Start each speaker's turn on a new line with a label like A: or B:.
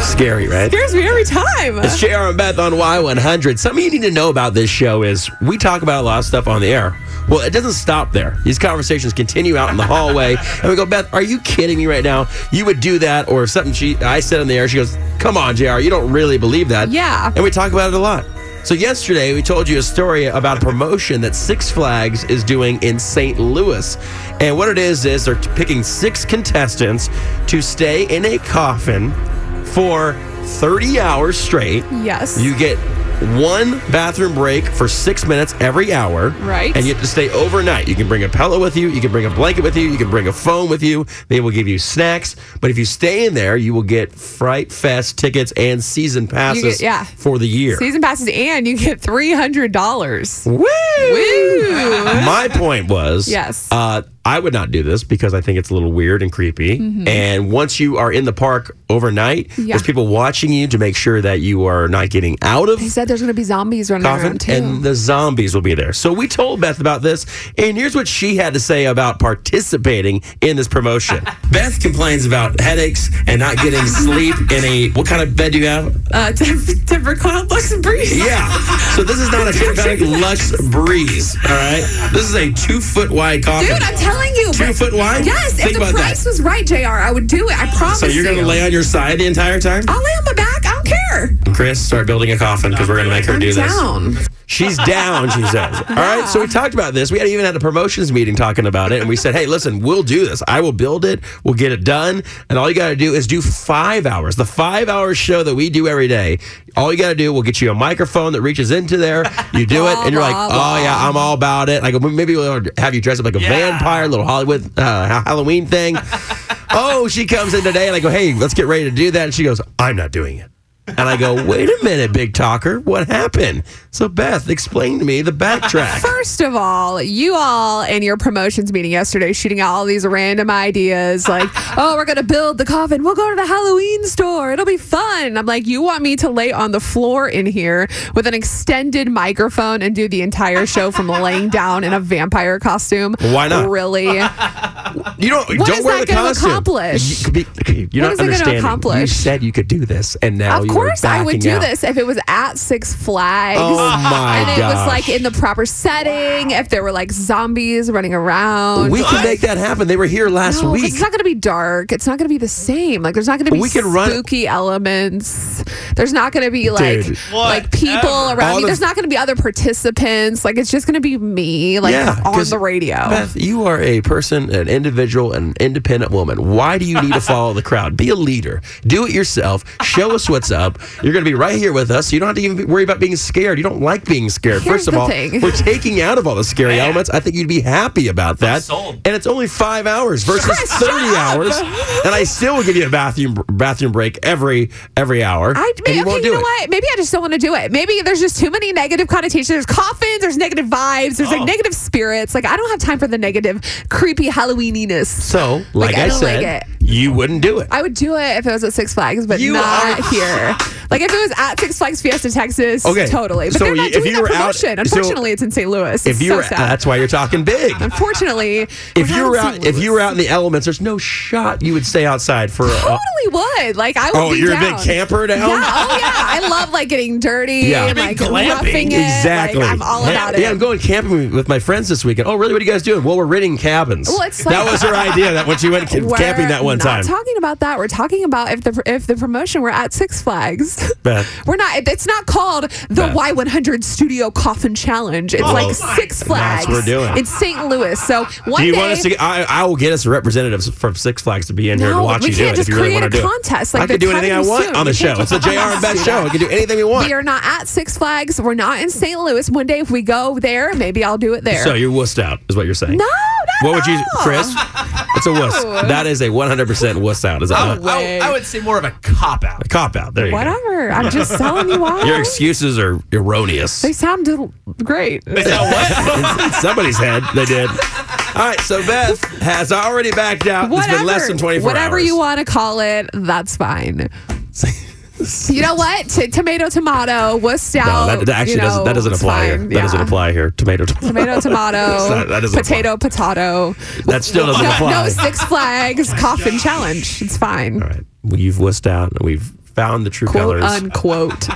A: scary, right?
B: scares me every time.
A: It's JR and Beth on Y100. Something you need to know about this show is we talk about a lot of stuff on the air. Well, it doesn't stop there. These conversations continue out in the hallway, and we go, Beth, are you kidding me right now? You would do that, or if something she I said on the air, she goes, Come on, JR, you don't really believe that.
B: Yeah.
A: And we talk about it a lot. So yesterday we told you a story about a promotion that Six Flags is doing in St. Louis. And what it is is they're picking six contestants to stay in a coffin for 30 hours straight.
B: Yes.
A: You get one bathroom break for six minutes every hour.
B: Right.
A: And you have to stay overnight. You can bring a pillow with you. You can bring a blanket with you. You can bring a phone with you. They will give you snacks. But if you stay in there, you will get Fright Fest tickets and season passes
B: yeah.
A: for the year.
B: Season passes, and you get three hundred dollars.
A: Woo!
B: Woo!
A: My point was,
B: Yes.
A: uh, I would not do this because I think it's a little weird and creepy. And once you are in the park overnight,
B: Mm-hmm. Yeah.
A: there's people watching you to make sure that you are not getting out of
B: He said there's going to be zombies running
A: coffin,
B: around too.
A: and the zombies will be there. So we told Beth about this, and here's what she had to say about participating in this promotion. Beth complains about headaches and not getting sleep in a what kind of bed do you have?
B: uh, to, to recoil Lux Breeze.
A: Yeah. So this is not a Tempest Lux Breeze, all right? This is a two foot wide coffin.
B: Dude, I'm telling you.
A: Two
B: but-
A: foot wide?
B: Yes,
A: Think
B: if the
A: about that.
B: price was right, JR, I would do it. I promise.
A: so you're going
B: you.
A: to lay on your side the entire time?
B: I'll lay on my back. I don't care.
A: Chris, start building a coffin because we're going to make her do this.
B: Down.
A: She's down, she says. All right. So we talked about this. We had even had a promotions meeting talking about it. And we said, hey, listen, we'll do this. I will build it. We'll get it done. And all you got to do is do five hours, the five hour show that we do every day. All you got to do, we'll get you a microphone that reaches into there. You do it. And you're like,
B: Blah, blah,
A: oh, yeah, I'm all about it. I go, maybe we'll have you dress up like a vampire, little Hollywood uh, Halloween thing. oh, she comes in today. And I go, hey, let's get ready to do that. And she goes, I'm not doing it. And I go, wait a minute, big talker, what happened? So Beth, explain to me the backtrack.
B: First of all, you all in your promotions meeting yesterday shooting out all these random ideas like, oh, we're going to build the coffin. We'll go to the Halloween store. It'll be fun. I'm like, you want me to lay on the floor in here with an extended microphone and do the entire show from laying down in a vampire costume?
A: Why not?
B: Really?
A: You don't.
B: What
A: don't
B: is
A: wear
B: that
A: the
B: gonna
A: costume.
B: accomplish?
A: You, are
B: What
A: not
B: is it gonna
A: understanding. You
B: accomplish?
A: said you could do this, and now
B: Of
A: you
B: course,
A: are
B: I would do
A: Oh, backing out.
B: this if it was at Six Flags.
A: Oh my
B: And it was
A: gosh.
B: like in the proper setting. If there were like zombies running around,
A: We can make that happen. They were here last
B: No, 'cause
A: week.
B: It's not going to be dark. It's not going to be the same. Like there's not going to be
A: We could run-
B: spooky elements. There's not going to be like
A: Dude.
B: like people around
A: All
B: me.
A: the-
B: there's not going to be other participants. Like it's just going to be me like
A: Yeah,
B: on
A: 'cause
B: the radio.
A: Beth, you are a person, an individual, an independent woman. Why do you need to follow the crowd? Be a leader. Do it yourself. Show us what's up. You're going to be right here with us. You don't have to even be- worry about being scared. You don't like being scared.
B: Here's
A: First of
B: the
A: all,
B: thing.
A: we're taking out of all the scary elements. I think you'd be happy about that.
C: sold.
A: And it's only five hours versus thirty hours. And I still will give you a bathroom bathroom break every every hour.
B: I
A: and
B: maybe,
A: you
B: okay,
A: won't
B: you
A: do
B: know
A: it.
B: what? Maybe I just don't want to do it. Maybe there's just too many negative connotations. There's coffins. There's negative vibes. There's like negative spirits. Like I don't have time for the negative, creepy Halloweeniness.
A: So, like,
B: I
A: I,
B: don't like it.
A: said, you wouldn't do it.
B: I would do it if it was at Six Flags, but
A: You
B: not
A: are-
B: here. Like if it was at Six Flags Fiesta Texas,
A: Okay,
B: totally. But
A: so
B: they're not
A: y- if
B: doing
A: you
B: that
A: were out-
B: promotion.
A: so
B: Unfortunately, it's in St. Louis. It's
A: if you
B: so
A: were,
B: sad.
A: that's why you're talking big.
B: Unfortunately,
A: if
B: we're
A: you
B: not
A: were
B: in
A: out,
B: St.
A: if
B: Louis.
A: you were out in the elements, there's no shot you would stay outside for. A,
B: totally would. Like I would.
A: oh,
B: be
A: you're a
B: down.
A: big camper now.
B: Yeah. Oh yeah. I love like getting dirty.
A: Yeah.
B: And,
A: You're
B: like
C: big glamping.
B: roughing it.
A: Exactly.
B: Like, I'm all
A: yeah,
B: about it.
A: Yeah, I'm going camping with my friends this weekend. Oh, really? What are you guys doing? Well, we're renting cabins.
B: Well, it's
A: that
B: like-
A: was her idea. That when she went ca-
B: We're
A: camping that one
B: not
A: time.
B: talking about that. We're talking about if the if the promotion were at Six Flags.
A: Beth.
B: We're not. It's not called the
A: Beth.
B: Y100 Studio Coffin Challenge. It's
A: Oh,
B: like
A: my
B: Six Flags.
A: That's what we're doing.
B: in St. Louis. So one
A: do you
B: day.
A: want us to? I, I will get us representatives from Six Flags to be in here
B: No,
A: and watch
B: we
A: you do
B: can't
A: it
B: just
A: if you really
B: create
A: want to
B: a
A: do it.
B: contest. Like,
A: I can
B: they're
A: do anything I
B: cutting
A: want
B: soon.
A: on the
B: You
A: show.
B: can't
A: It's a
B: just-
A: JR and Beth show. We can do anything we want.
B: we are not at Six Flags. We're not in St. Louis. One day, if we go there, maybe I'll do it there.
A: So you're wussed out, is what you're saying.
B: no, no.
A: What would you,
B: no. Oh,
A: Chris? It's a wuss. That is a 100% wuss out. Is that
C: I,
A: not?
C: I- I would say more of a cop out.
A: a cop out? There you go.
B: Whatever. I'm just telling you why.
A: Your excuses are erroneous.
B: they sound great.
A: In somebody's head, they did. All right, so Beth has already backed out. It's been less than 24
B: whatever
A: hours.
B: you want to call it, that's fine. you know what? T- tomato, tomato, wussed
A: No,
B: out.
A: that, that actually
B: you know,
A: doesn't, that doesn't
B: it's
A: apply here.
B: fine.
A: That doesn't
B: Yeah.
A: apply here. Tomato, tomato.
B: Tomato, tomato,
A: not- that doesn't
B: potato, potato.
A: That still doesn't
B: No,
A: apply.
B: no Six Flags coffin challenge. It's fine.
A: All right, well, you've wussed out. and We've found the true
B: quote
A: colors.
B: unquote.